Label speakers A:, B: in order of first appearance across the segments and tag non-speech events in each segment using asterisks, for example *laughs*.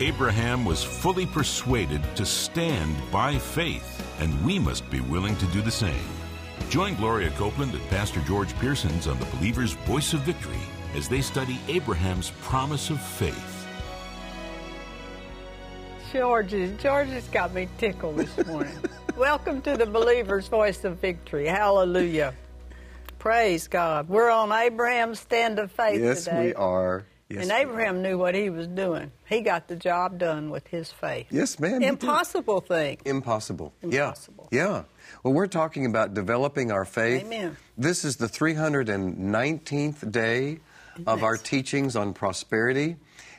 A: Abraham was fully persuaded to stand by faith, and we must be willing to do the same. Join Gloria Copeland and Pastor George Pearson's on the Believer's Voice of Victory as they study Abraham's promise of faith.
B: George, is- George has got me tickled this
C: *laughs*
B: morning. Welcome to the Believer's Voice of Victory. Hallelujah. Praise God. We're on Abraham's stand of faith
C: Yes,
B: today.
C: we are.
B: and
C: Yes, we
B: Abraham
C: are.
B: knew what he was doing. He got the job done with his faith.
C: Yes, ma'am. you do.
B: Impossible thing.
C: Impossible.
B: Impossible.
C: Yeah. Yeah. Well, we're talking about developing our faith.
B: Amen.
C: This is the 319th day of our teachings on prosperity.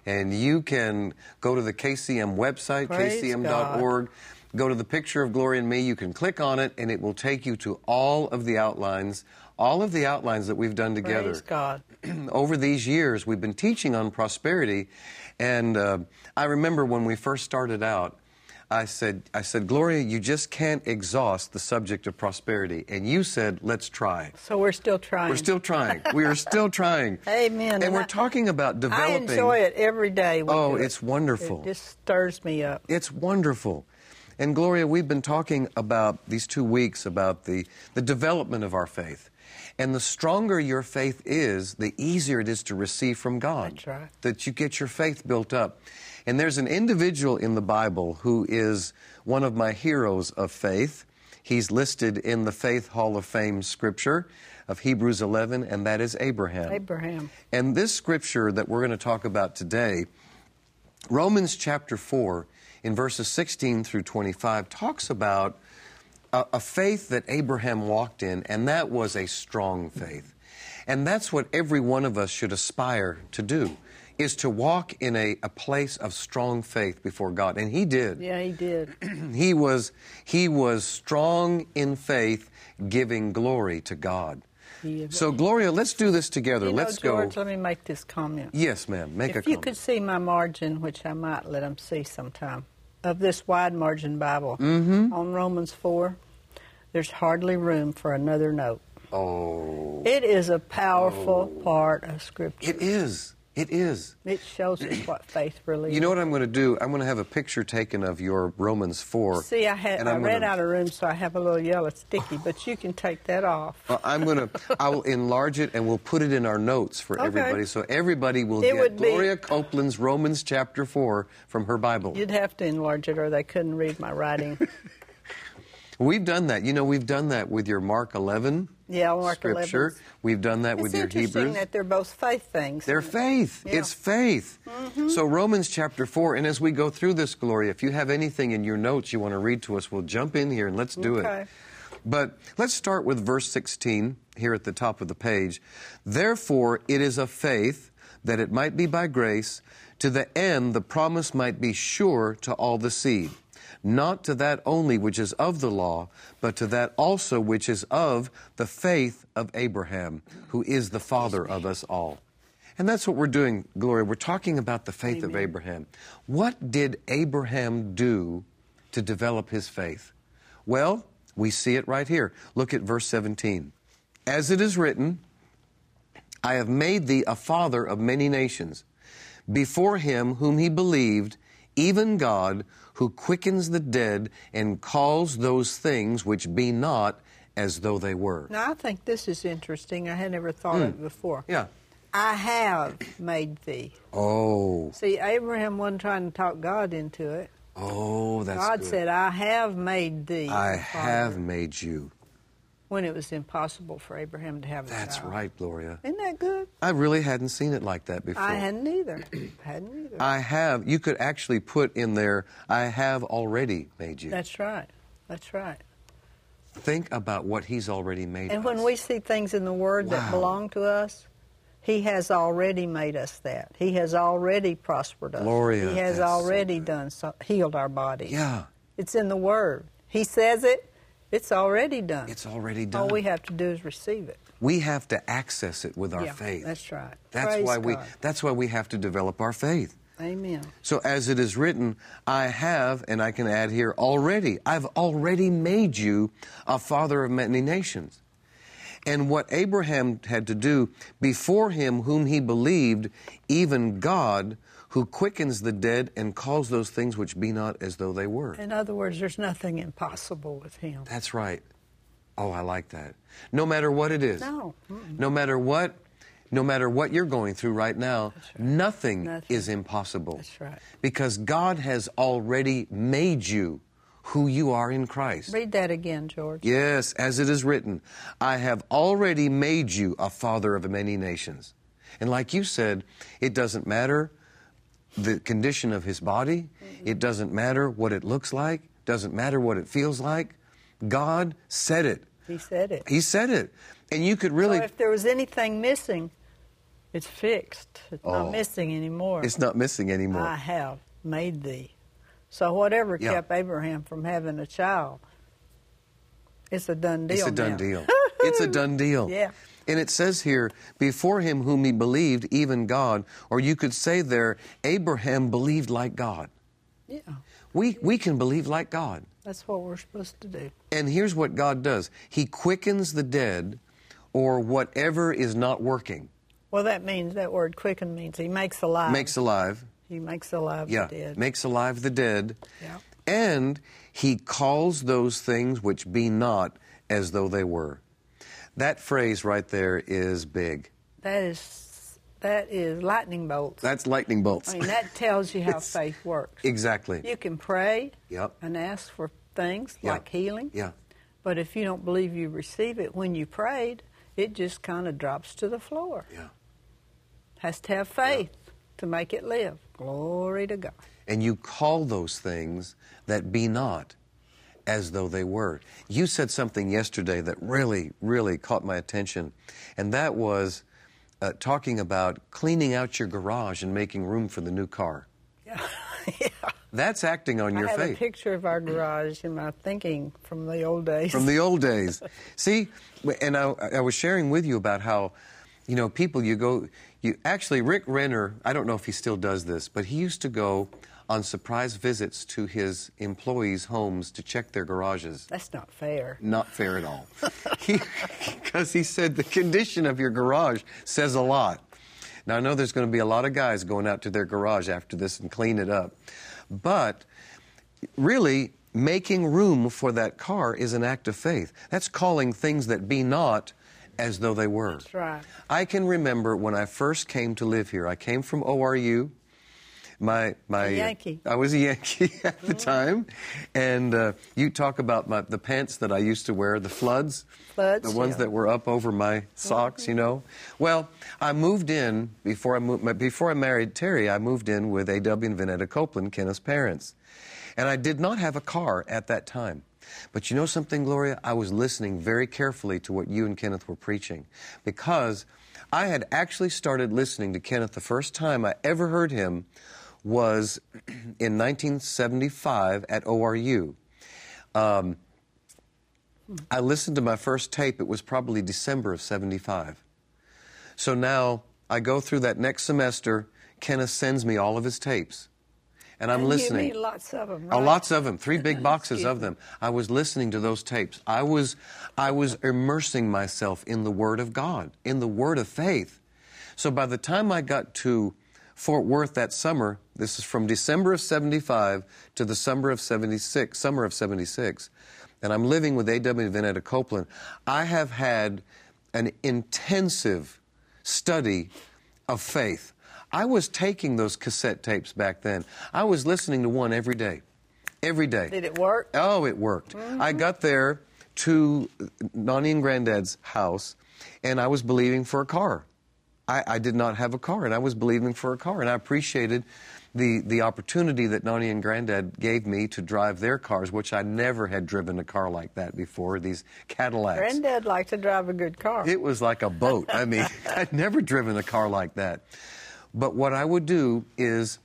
C: And you can go to the KCM website,
B: Praise
C: kcm.org. Go to the picture of Glory and Me. You can click on it, and it will take you to all of the outlines, all of the outlines that we've done together.
B: Praise God.
C: *clears throat* over these years, we've been teaching on prosperity, and uh, I remember when we first started out, I said, "I said, Gloria, you just can't exhaust the subject of prosperity," and you said, "Let's try."
B: So we're still trying.
C: We're still trying. We are
B: *laughs*
C: still trying.
B: Amen.
C: And,
B: And
C: we're
B: I-
C: talking about developing.
B: I enjoy it every day. we
C: Oh,
B: do it.
C: it's wonderful.
B: It just stirs me up.
C: It's wonderful. And Gloria, we've been talking about these two weeks about the, the development of our faith. And the stronger your faith is, the easier it is to receive from God.
B: That's right.
C: That you get your faith built up. And there's an individual in the Bible who is one of my heroes of faith. He's listed in the Faith Hall of Fame scripture of Hebrews 11, and that is Abraham.
B: Abraham.
C: And this scripture that we're going to talk about today, Romans chapter 4, in verses 16 through 25, talks about a, a faith that Abraham walked in, and that was a strong faith. And that's what every one of us should aspire to do, is to walk in a, a place of strong faith before God. And he did
B: Yeah, he did.
C: he was he was strong in faith, giving glory to God. So Gloria, let's do this together.
B: You know,
C: let's
B: George,
C: go.
B: let me make this comment.
C: Yes, ma'am. Make a
B: if you
C: comment.
B: could see my margin, which I might let them see sometime, of this wide margin Bible
C: Mm-hmm.
B: on Romans 4, there's hardly room for another note.
C: oh,
B: It is a powerful part of Scripture.
C: it is. It is.
B: It shows us what faith really
C: You know what I'm going to do? I'm going to have a picture taken of your Romans four.
B: is. See, I, had,
C: and
B: I
C: I'm
B: ran
C: gonna-
B: out of room, so I have a little yellow sticky, but you can take that off.
C: Well, Uh, I'm going to. I will enlarge it and we'll put it in our notes for
B: Okay.
C: everybody, so everybody will
B: It
C: get
B: would be-
C: Gloria Copeland's Romans chapter four from her Bible.
B: You'd have to enlarge it, or they couldn't read my
C: *laughs*
B: writing.
C: We've done that. You know, we've done that with your Mark 11
B: Yeah, Mark
C: scripture.
B: 11.
C: We've done that with
B: it's
C: your
B: interesting
C: Hebrews.
B: that they're both faith things.
C: They're faith.
B: Yeah.
C: It's faith. So Romans chapter 4, and as we go through this, Gloria, if you have anything in your notes you want to read to us, we'll jump in here and let's do
B: Okay.
C: it. But let's start with verse 16 here at the top of the page. Therefore, it is of faith that it might be by grace, to the end the promise might be sure to all the seed, not to that only which is of the law, but to that also which is of the faith of Abraham, who is the father of us all. And that's what we're doing, Gloria. We're talking about the faith of Abraham. What did Abraham do to develop his faith? Well, we see it right here. Look at verse 17. As it is written, I have made thee a father of many nations, before him whom he believed, even God, who quickens the dead and calls those things which be not as though they were.
B: Now, I think this is interesting. I had never thought
C: Hmm.
B: of it before.
C: Yeah.
B: I have made thee.
C: Oh,
B: See, Abraham wasn't trying to talk God into it.
C: oh, that's
B: God
C: good.
B: said, I have made thee.
C: I
B: your father,"
C: have made you.
B: When it was impossible for Abraham to have a
C: That's
B: child.
C: right, Gloria.
B: Isn't that good?
C: I really hadn't seen it like that before.
B: I hadn't either. *clears throat* hadn't either.
C: I have. You could actually put in there, I have already made you.
B: That's right. That's right.
C: Think about what he's already made.
B: And
C: us.
B: when we see things in the Word that
C: Wow.
B: belong to us, He has already made us that. He has already prospered us.
C: Gloria,
B: he has
C: that's so
B: already
C: good.
B: done so, healed our body.
C: Yeah,
B: It's in the Word. He says it. It's already done.
C: it's already done.
B: All we have to do is receive it.
C: We have to access it with our
B: Yeah,
C: faith.
B: that's right.
C: That's
B: Praise
C: why we
B: God.
C: that's why we have to develop our faith.
B: Amen.
C: So as it is written, I have, and I can add here, already, I've already made you a father of many nations. And what Abraham had to do before him, whom he believed, even God, who quickens the dead and calls those things which be not as though they were.
B: In other words, there's nothing impossible with Him.
C: That's right. Oh, I like that. No matter what it is.
B: No.
C: No matter what, no matter what you're going through right now, nothing,
B: Nothing.
C: is impossible.
B: That's right.
C: Because God has already made you who you are in Christ.
B: Read that again, George.
C: Yes, as it is written, I have already made you a father of many nations. And like you said, it doesn't matter the condition of his body,
B: Mm-hmm.
C: it doesn't matter what it looks like, doesn't matter what it feels like. God said it.
B: He said it.
C: He said it. And you could really
B: So if there was anything missing, it's fixed. It's
C: Oh.
B: not missing anymore.
C: it's not missing anymore.
B: I have made thee. So whatever
C: Yeah.
B: kept Abraham from having a child, it's a done deal.
C: It's a done
B: now. *laughs*
C: deal. it's a done deal.
B: Yeah.
C: And it says here, before him whom he believed, even God, or you could say there, Abraham believed like God.
B: Yeah,
C: We, we can believe like God.
B: that's what we're supposed to do.
C: And here's what God does He quickens the dead or whatever is not working,
B: Well, that means that word "quicken" means he makes alive.
C: makes alive.
B: he makes alive
C: Yeah,
B: the dead.
C: makes alive the dead.
B: Yeah.
C: And he calls those things which be not as though they were. That phrase right there is big.
B: that is that is lightning bolts.
C: That's lightning bolts.
B: I mean, that tells you how
C: It's-
B: faith works.
C: *laughs* exactly.
B: You can pray
C: Yep.
B: and ask for things
C: Yeah.
B: like healing.
C: Yeah.
B: But if you don't believe you receive it when you prayed, it just kind of drops to the floor.
C: Yeah.
B: Has to have faith to make it live. Glory to God.
C: and you call those things that be not as though they were. You said something yesterday that really, really caught my attention, and that was uh, talking about cleaning out your garage and making room for the new car.
B: *laughs* Yeah.
C: That's acting on your
B: I have a
C: faith
B: picture of our garage in my thinking from the old days.
C: from the old days. *laughs* See, w- and I, I was sharing with you about how, you know, people you go, you actually Rick Renner. I don't know if he still does this, but he used to go on surprise visits to his employees' homes to check their garages.
B: That's not fair.
C: Not fair at all, because he, said the condition of your garage says a lot. Now I know there's going to be a lot of guys going out to their garage after this and clean it up, but really making room for that car is an act of faith. That's calling things that be not as though they were. That's
B: right.
C: I can remember when I first came to live here. I came from ORU. My my
B: A Yankee. Mm-hmm.
C: I was a Yankee *laughs* at the time, and uh, you talk about my, the pants that I used to wear, the floods,
B: Floods,
C: the ones
B: yeah.
C: that were up over my socks. You know. Well, I moved in before I moved, before I married Terry. I moved in with A.W. and Vanetta Copeland, Kenneth's parents, and I did not have a car at that time. But you know something, Gloria? I was listening very carefully to what you and Kenneth were preaching because I had actually started listening to Kenneth the first time I ever heard him was *clears throat* in 1975 at ORU. Um, I listened to my first tape, it was probably December of 75. So now I go through that next semester, Kenneth sends me all of his tapes. And I'm
B: And
C: listening.
B: You meet lots of them.
C: Uh, lots of them, three big boxes of them. I was listening to those tapes. I was, I was immersing myself in the Word of God, in the Word of faith. So by the time I got to Fort Worth that summer, this is from December of '75 to the summer of '76, summer of '76, and I'm living with A.W. Veneta Copeland. I have had an intensive study of faith. I was taking those cassette tapes back then. I was listening to one every day. Every day.
B: Did it work?
C: Oh, it worked. I got there to Nani and Granddad's house, and I was believing for a car. I, I did not have a car, and I was believing for a car, and I appreciated the, the opportunity that Nani and Granddad gave me to drive their cars, which I never had driven a car like that before, these Cadillacs.
B: Granddad liked to drive a good car.
C: *laughs* It was like a boat. I mean, *laughs* I'd never driven a car like that. But what I would do is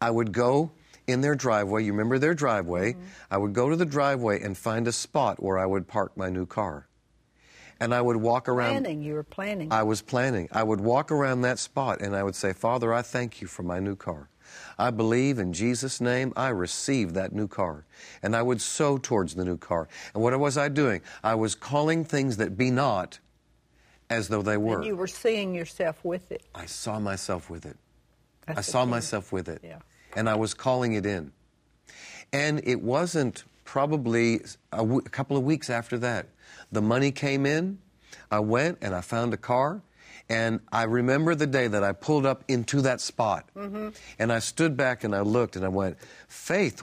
C: I would go in their driveway. You remember their driveway? I would go to the driveway and find a spot where I would park my new car. And I would walk around.
B: planning. You were planning.
C: I was planning. I would walk around that spot and I would say, Father, I thank you for my new car. I believe in Jesus' name, I receive that new car. And I would sow towards the new car. And what was I doing? I was calling things that be not as though they were.
B: and you were seeing yourself with it.
C: I saw myself with it. I
B: That's the
C: saw
B: key.
C: myself with it.
B: Yeah.
C: And I was calling it in. And it wasn't probably a, w- a couple of weeks after that. The money came in. I went and I found a car. And I remember the day that I pulled up into that spot.
B: Mm-hmm.
C: And I stood back and I looked and I went, faith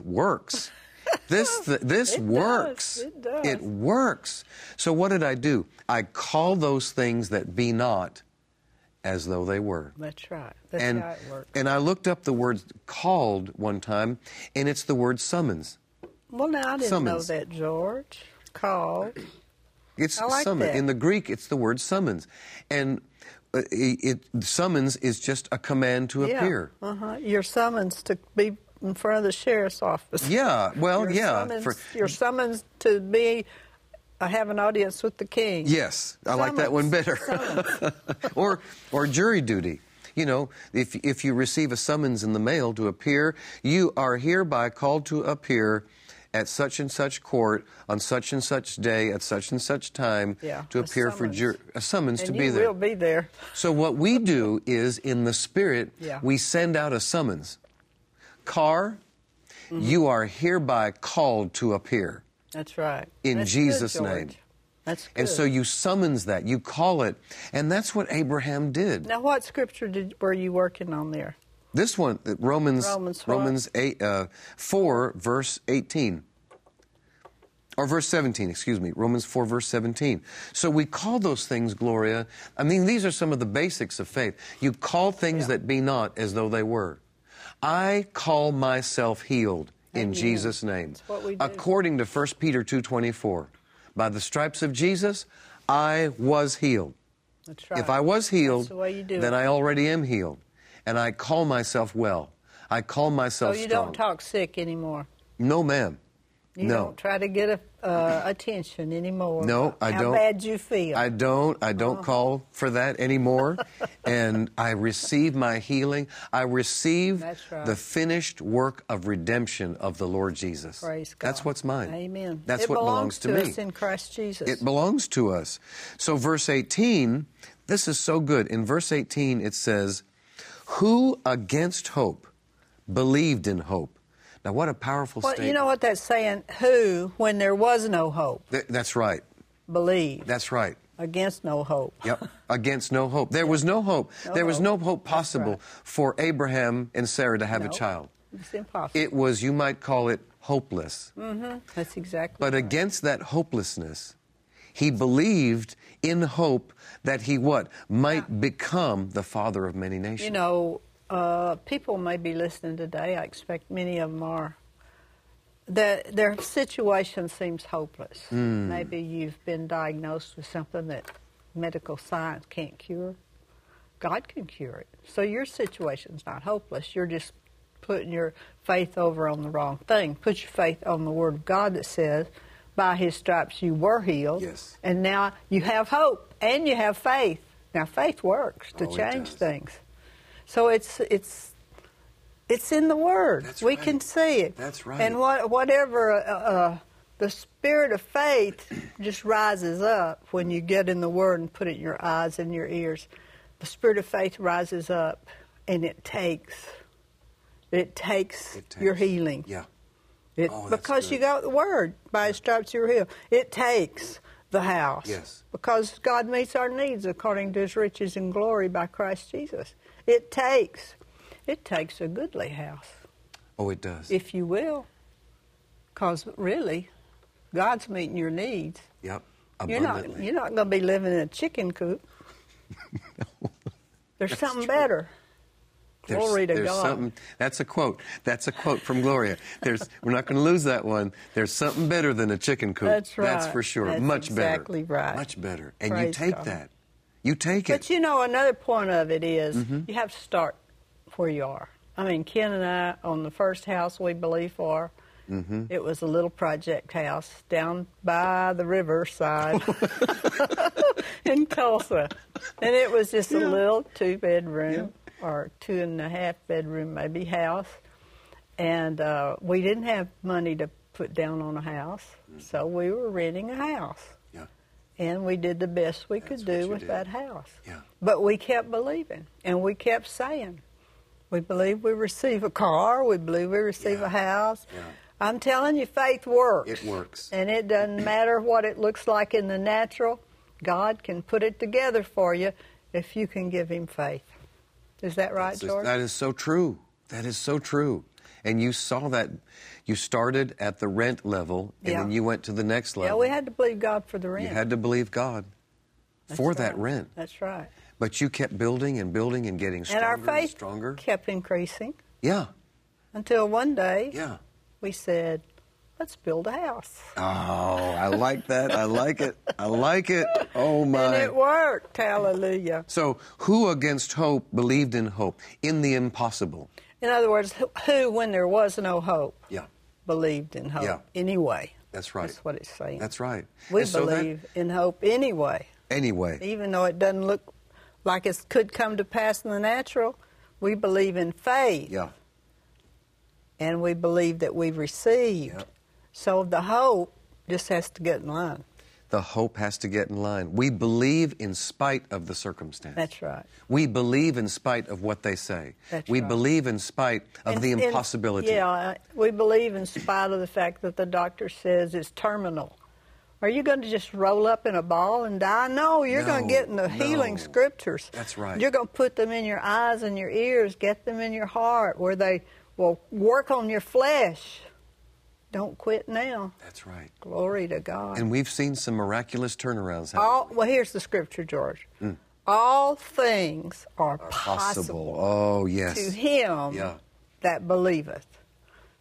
B: *laughs*
C: works. This, th- this
B: It does.
C: works.
B: It does.
C: It works. So what did I do? I call those things that be not as though they were
B: That's right. That's
C: and,
B: how it works.
C: and I looked up the word called one time, and it's the word summons.
B: well, now I didn't
C: summons.
B: know that, George.
C: *clears throat*
B: Call.
C: It's
B: I like
C: summon.
B: that.
C: In the Greek, it's the word summons. And uh, it, it- summons is just a command to appear.
B: Yeah. Uh-huh. You're summons to be in front of the sheriff's office.
C: Yeah, well,
B: You're
C: yeah.
B: Summons,
C: for-
B: you're summons to be, uh, have an audience with the king.
C: Yes, I like that one
B: Summons.
C: better. *laughs* or or jury duty. You know, if if you receive a summons in the mail to appear, you are hereby called to appear at such and such court on such and such day at such and such time
B: Yeah,
C: to
B: a
C: appear for
B: summons.
C: jury a summons
B: And
C: to
B: you
C: be there.
B: will be there.
C: So what we do is in the spirit
B: Yeah.
C: we send out a summons. Car,
B: Mm-hmm.
C: you are hereby called to appear.
B: That's right.
C: In
B: That's
C: Jesus'
B: good, George.
C: name.
B: That's good.
C: And so you summons that, you call it, and that's what Abraham did.
B: now, what scripture did were you working on there?
C: This one, uh, Romans
B: Romans what?
C: Romans eight, uh, four verse eighteen, or verse seventeen. Excuse me, Romans four verse seventeen. So we call those things, Gloria. I mean, these are some of the basics of faith. You call things that be not as though they were. I call myself healed in Jesus' name.
B: That's what we do.
C: According to 1 Peter two twenty four, by the stripes of Jesus, I was healed.
B: That's right.
C: If I was healed,
B: That's the way you do
C: then
B: it.
C: I already am healed. And I call myself well. I call
B: so
C: myself
B: you
C: strong.
B: don't talk sick anymore.
C: No, ma'am.
B: You
C: no.
B: don't try to get a, uh, attention anymore.
C: No, I
B: how
C: don't.
B: How bad you feel.
C: I don't. I
B: Oh.
C: don't call for
B: *laughs*
C: that anymore. and I receive my healing. I receive
B: That's right.
C: the finished work of redemption of the Lord Jesus.
B: Praise God.
C: That's what's mine.
B: Amen.
C: That's
B: it
C: what
B: belongs,
C: belongs,
B: to
C: me.
B: us in Christ Jesus.
C: It belongs to us. So, verse 18, this is so good. In verse 18, it says, Who against hope believed in hope? Now, what a powerful
B: well,
C: statement.
B: you know what that's saying? Who, when there was no hope,
C: Th- that's right.
B: believed
C: That's right.
B: against no hope.
C: Yep. against no hope. There was no hope.
B: No
C: there was
B: hope.
C: no hope
B: That's
C: possible
B: right.
C: for Abraham and Sarah to have
B: No.
C: a child.
B: *laughs* It's impossible.
C: It was, you might call it, hopeless.
B: that's exactly.
C: But
B: right.
C: against that hopelessness, he believed in hope that he what might become the father of many nations.
B: You know, uh, people may be listening today. I expect many of them are. That their situation seems hopeless. Maybe you've been diagnosed with something that medical science can't cure. God can cure it. So your situation's not hopeless. You're just putting your faith over on the wrong thing. Put your faith on the Word of God that says, by His stripes you were healed.
C: Yes.
B: And now you have hope and you have faith. Now, faith works to
C: Oh, it
B: change
C: does.
B: things. So it's it's it's in the Word.
C: That's
B: we
C: right.
B: can see it.
C: That's right.
B: And what, whatever uh, uh, the spirit of faith just rises up when you get in the Word and put it in your eyes and your ears. The spirit of faith rises up, and it takes. It takes,
C: It
B: your
C: takes-
B: healing.
C: Yeah.
B: It,
C: Oh, that's
B: because you
C: good.
B: got the word by his stripes you're healed. It takes the house.
C: Yes.
B: Because God meets our needs according to his riches and glory by Christ Jesus. It takes. It takes a goodly house,
C: Oh, it does.
B: if you will. Because really, God's meeting your needs.
C: yep.
B: You're not,
C: Abundantly.
B: you're not going to be living in a chicken
C: *laughs*
B: coop. There's something better.
C: There's-
B: Glory to
C: there's
B: God.
C: something- that's a quote. That's a quote from Gloria. There's, *laughs* we're not going to lose that one. There's something better than a chicken coop.
B: That's
C: That's
B: right.
C: for sure.
B: That's
C: Much better.
B: exactly right.
C: Much better. And you
B: Praise
C: take
B: God.
C: that. You take it.
B: But you know, another point of it is you have to start where you are. I mean, Ken and I, on the first house we believe for, it was a little project house down by the riverside *laughs* in Tulsa. And it was just a little two bedroom or two and a half bedroom, maybe, house. And uh, we didn't have money to put down on a house, so we were renting a house.
C: yeah.
B: And we did the best we
C: That's
B: could
C: what
B: do
C: you
B: with
C: did.
B: that house.
C: Yeah.
B: But we kept believing and we kept saying, We believe we receive a car. We believe we receive a house. I'm telling you, faith works.
C: It works.
B: And it
C: *clears throat*
B: doesn't matter what it looks like in the natural. God can put it together for you if you can give Him faith. Is that right,
C: Sis-
B: George?
C: That is so true. That is so true. And you saw that. You started at the rent level, and
B: Yeah.
C: then you went to the next
B: yeah,
C: level.
B: we had to believe God for the rent.
C: You had to believe God
B: That's
C: for
B: right.
C: that rent.
B: That's right.
C: But you kept building and building and getting
B: and
C: stronger
B: our faith
C: stronger.
B: kept increasing
C: Yeah,
B: until one day
C: yeah.
B: we said, let's build a house.
C: Oh, I like that. I like it. I like it.
B: *laughs*
C: Oh,
B: And
C: my.
B: it worked. Hallelujah.
C: So, who against hope believed in hope, in the impossible?
B: In other words, who- who, when there was no hope,
C: Yeah,
B: believed in hope
C: Yeah.
B: anyway.
C: that's right.
B: That's what it's saying.
C: That's right.
B: we
C: And so that-
B: believe in hope anyway.
C: anyway,
B: Even though it doesn't look like it could come to pass in the natural, we believe in faith.
C: yeah,
B: and we believe that we've received.
C: Yep.
B: So the hope just has to get in line.
C: the hope has to get in line. We believe in spite of the circumstance.
B: That's right.
C: We believe in spite of what they say.
B: That's
C: we
B: right.
C: believe in spite of
B: And-
C: the
B: and-
C: impossibility.
B: yeah, I- we believe in spite of the fact that the doctor says it's terminal. Are you going to just roll up in a ball and die? No, you're going
C: No,
B: to get in the
C: no.
B: healing scriptures.
C: That's right.
B: You're going to put them in your eyes and your ears, get them in your heart where they will work on your flesh. Don't quit now.
C: That's right.
B: Glory to God.
C: And we've seen some miraculous turnarounds happen.
B: All well, here's the scripture, George. All things are,
C: Mm. possible.
B: possible,
C: Oh, yes.
B: to him
C: Yeah.
B: that believeth.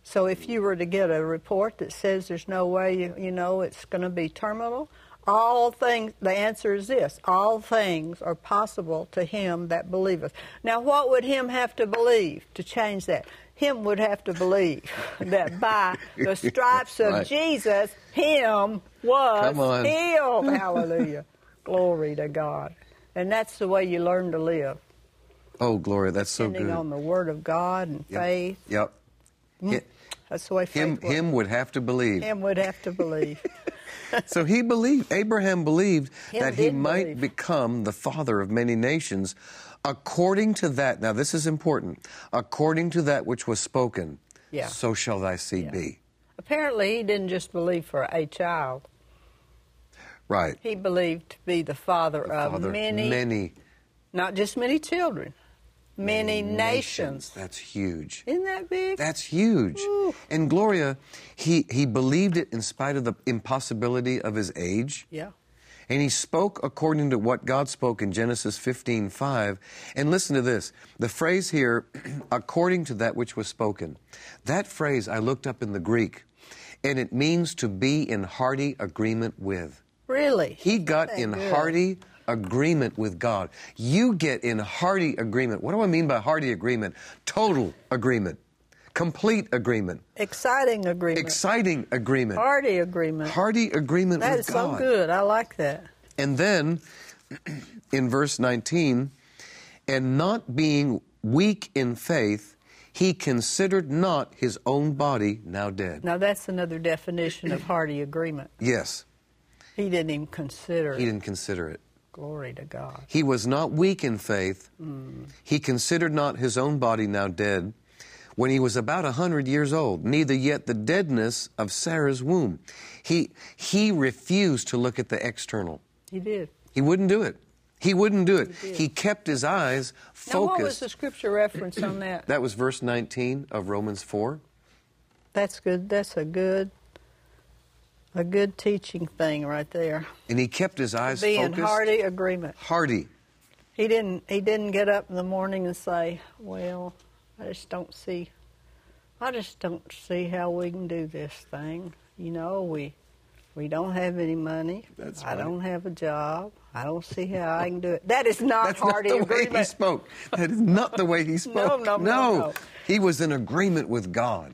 B: So if you were to get a report that says there's no way you, you know it's going to be terminal, all things the answer is this: all things are possible to him that believeth. Now, what would him have to believe to change that? Him would have to believe *laughs* that by
C: *laughs*
B: the stripes of
C: Right.
B: Jesus, him was
C: Come on. *laughs*
B: healed. Hallelujah. Glory to God. And that's the way you learn to live,
C: Oh, Gloria, that's so
B: depending
C: good.
B: on Mm-hmm. the Word of God and
C: Yep.
B: faith.
C: Yep. Hi-
B: That's the way faith
C: Him,
B: works.
C: him would have to believe.
B: Him would have to believe.
C: *laughs* So he believed, Abraham believed
B: Him
C: that he
B: did
C: might
B: believe.
C: become the father of many nations according to that. Now, this is important. According to that which was spoken,
B: Yeah.
C: so shall thy seed
B: Yeah.
C: be.
B: Apparently, he didn't just believe for a child.
C: Right.
B: He believed to be the father
C: The
B: of
C: father of
B: many,
C: many
B: not just many children, many, nations.
C: That's huge.
B: Isn't that big?
C: That's huge.
B: Ooh.
C: And Gloria, he, he believed it in spite of the impossibility of his age.
B: yeah.
C: And he spoke according to what God spoke in Genesis 15 5. And listen to this the phrase here, *clears throat* according to that which was spoken. That phrase I looked up in the Greek, and it means to be in hearty agreement with.
B: Really?
C: He got
B: Isn't that
C: in
B: good?
C: hearty agreement with God. You get in hearty agreement. What do I mean by hearty agreement? Total agreement, complete agreement,
B: Exciting agreement.
C: exciting agreement,
B: Hearty agreement.
C: hearty agreement
B: that
C: with
B: is
C: God.
B: so good. I like that.
C: And then in verse 19, and not being weak in faith, he considered not his own body now dead.
B: Now, that's another definition of hearty agreement.
C: Yes,
B: He didn't even consider
C: he
B: it.
C: didn't consider it.
B: Glory to God.
C: He was not weak in faith.
B: Mm.
C: He considered not his own body now dead when he was about a hundred years old, neither yet the deadness of Sarah's womb. He, he refused to look at the external.
B: He did.
C: He wouldn't do it. He wouldn't do it. He, kept his eyes focused.
B: Now, what was the scripture reference on that?
C: That was verse 19 of Romans 4.
B: That's good. That's a good, a good teaching thing right there.
C: And he kept his eyes
B: Be in
C: focused.
B: hearty agreement.
C: Hardy.
B: He didn't. He didn't get up in the morning and say, "Well, I just don't see. I just don't see how we can do this thing. You know, we we don't have any money.
C: That's
B: I
C: right.
B: don't have a job. I don't see how I can do it. That is not
C: That's not
B: hearty
C: the way
B: agreement.
C: he spoke. That is not the way he
B: *laughs*
C: spoke.
B: no, no, no.
C: He was in agreement with God.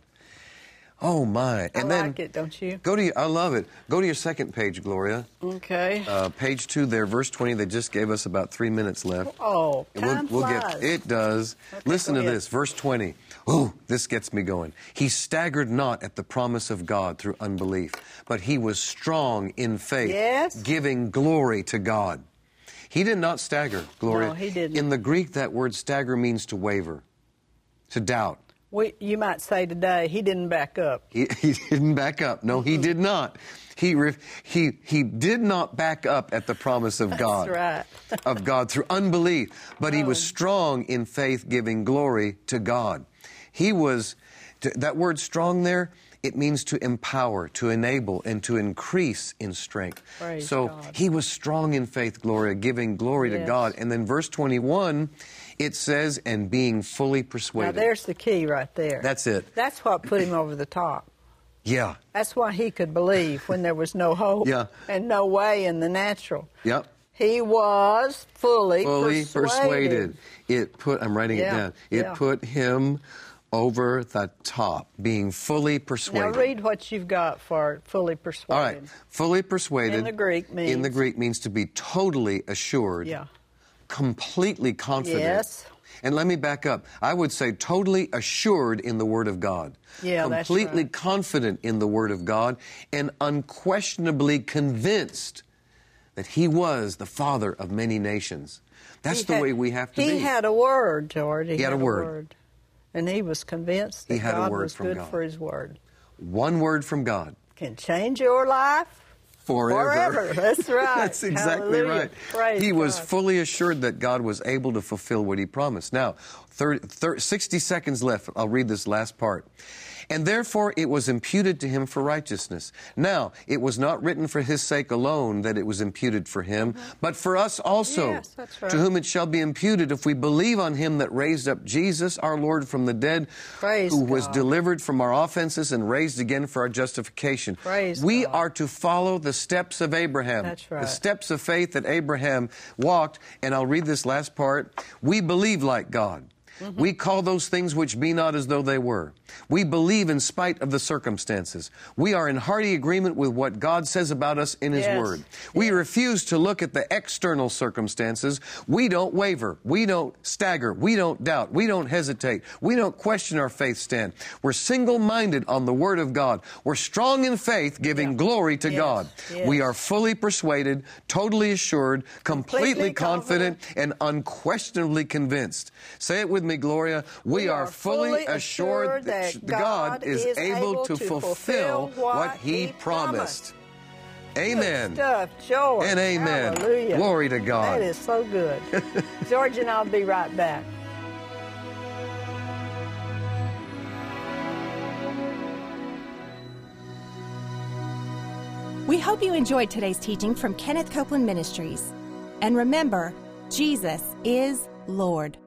C: Oh, my.
B: I
C: And then
B: like it, don't you?
C: go to your, I love it. Go to your second page, Gloria.
B: Okay.
C: Uh, page two there, verse 20. They just gave us about three minutes left.
B: oh,
C: And we'll-
B: time
C: we'll,
B: flies.
C: get it does.
B: Okay,
C: Listen
B: go
C: to
B: ahead.
C: this, verse 20. Ooh, this gets me going. He staggered not at the promise of God through unbelief, but he was strong in faith,
B: Yes.
C: giving glory to God. He did not stagger, Gloria.
B: No, he didn't.
C: In the Greek, that word stagger means to waver. to doubt.
B: We, you might say today, he didn't back up.
C: He, *laughs* he didn't back up. No, he did not. He, re- he, he did not back up at the promise of God.
B: right.
C: of God through unbelief, but he
B: Oh.
C: was strong in faith, giving glory to God. He was, t- that word strong there, it means to empower, to enable, and to increase in strength.
B: Praise
C: so
B: God.
C: he was strong in faith, Gloria, giving glory to
B: Yes.
C: God. And then verse 21, it says, and being fully
B: Now,
C: persuaded.
B: there's the key right there.
C: That's it.
B: That's what put him over the top.
C: yeah.
B: That's why he could believe when there was no hope
C: Yeah.
B: and no way in the natural.
C: Yep.
B: He was fully,
C: fully
B: persuaded.
C: persuaded. It put, I'm writing it
B: Yeah,
C: down, it
B: yeah.
C: put him over the top, being fully
B: Now
C: persuaded.
B: read what you've got for fully persuaded.
C: All right, fully persuaded.
B: In the Greek means-
C: In the Greek means to be totally assured,
B: Yeah.
C: completely confident.
B: Yes.
C: And let me back up. I would say totally assured in the Word of God.
B: Yeah, that's
C: Completely
B: right.
C: confident in the Word of God and unquestionably convinced that He was the Father of many nations. That's
B: He
C: the
B: had-
C: way we have to
B: he
C: be.
B: had a word, George. He,
C: had a word.
B: And he was convinced that
C: He had a
B: God
C: word
B: was
C: from
B: good
C: God.
B: for his word.
C: One word from God.
B: Can change your life
C: Forever.
B: Forever.
C: *laughs*
B: That's right.
C: That's exactly
B: Hallelujah.
C: right.
B: Praise
C: he was
B: God.
C: fully assured that God was able to fulfill what he promised. Now, thir- thir- 60 seconds left. I'll read this last part. And therefore it was imputed to him for righteousness. Now, it was not written for his sake alone that it was imputed for him, but for us also,
B: Mm-hmm. Yes, that's right.
C: to whom it shall be imputed if we believe on him that raised up Jesus, our Lord, from the dead,
B: Praise
C: who was
B: God.
C: delivered from our offenses and raised again for our justification.
B: Praise
C: we
B: God.
C: are to follow the steps of Abraham.
B: That's
C: The
B: right.
C: steps of faith that Abraham walked. And I'll read this last part. We believe like God.
B: Mm-hmm.
C: We call those things which be not as though they were. We believe in spite of the circumstances. We are in hearty agreement with what God says about us in His
B: Yes.
C: Word. We refuse to look at the external circumstances. We don't waver. We don't stagger. We don't doubt. We don't hesitate. We don't question our faith stand. We're single minded on the Word of God. We're strong in faith, giving glory to
B: Yes.
C: God.
B: Yes.
C: We are fully persuaded, totally assured, completely,
B: Completely
C: confident, and unquestionably convinced. Say it with me, Gloria. We, are, fully, assured, that, God is able, to fulfill what He promised. Amen.
B: Good stuff, George.
C: And amen.
B: Hallelujah.
C: Glory to God.
B: That is so
C: *laughs*
B: good. George and I'll be right back.
D: We hope you enjoyed today's teaching from Kenneth Copeland Ministries. And remember, Jesus is Lord.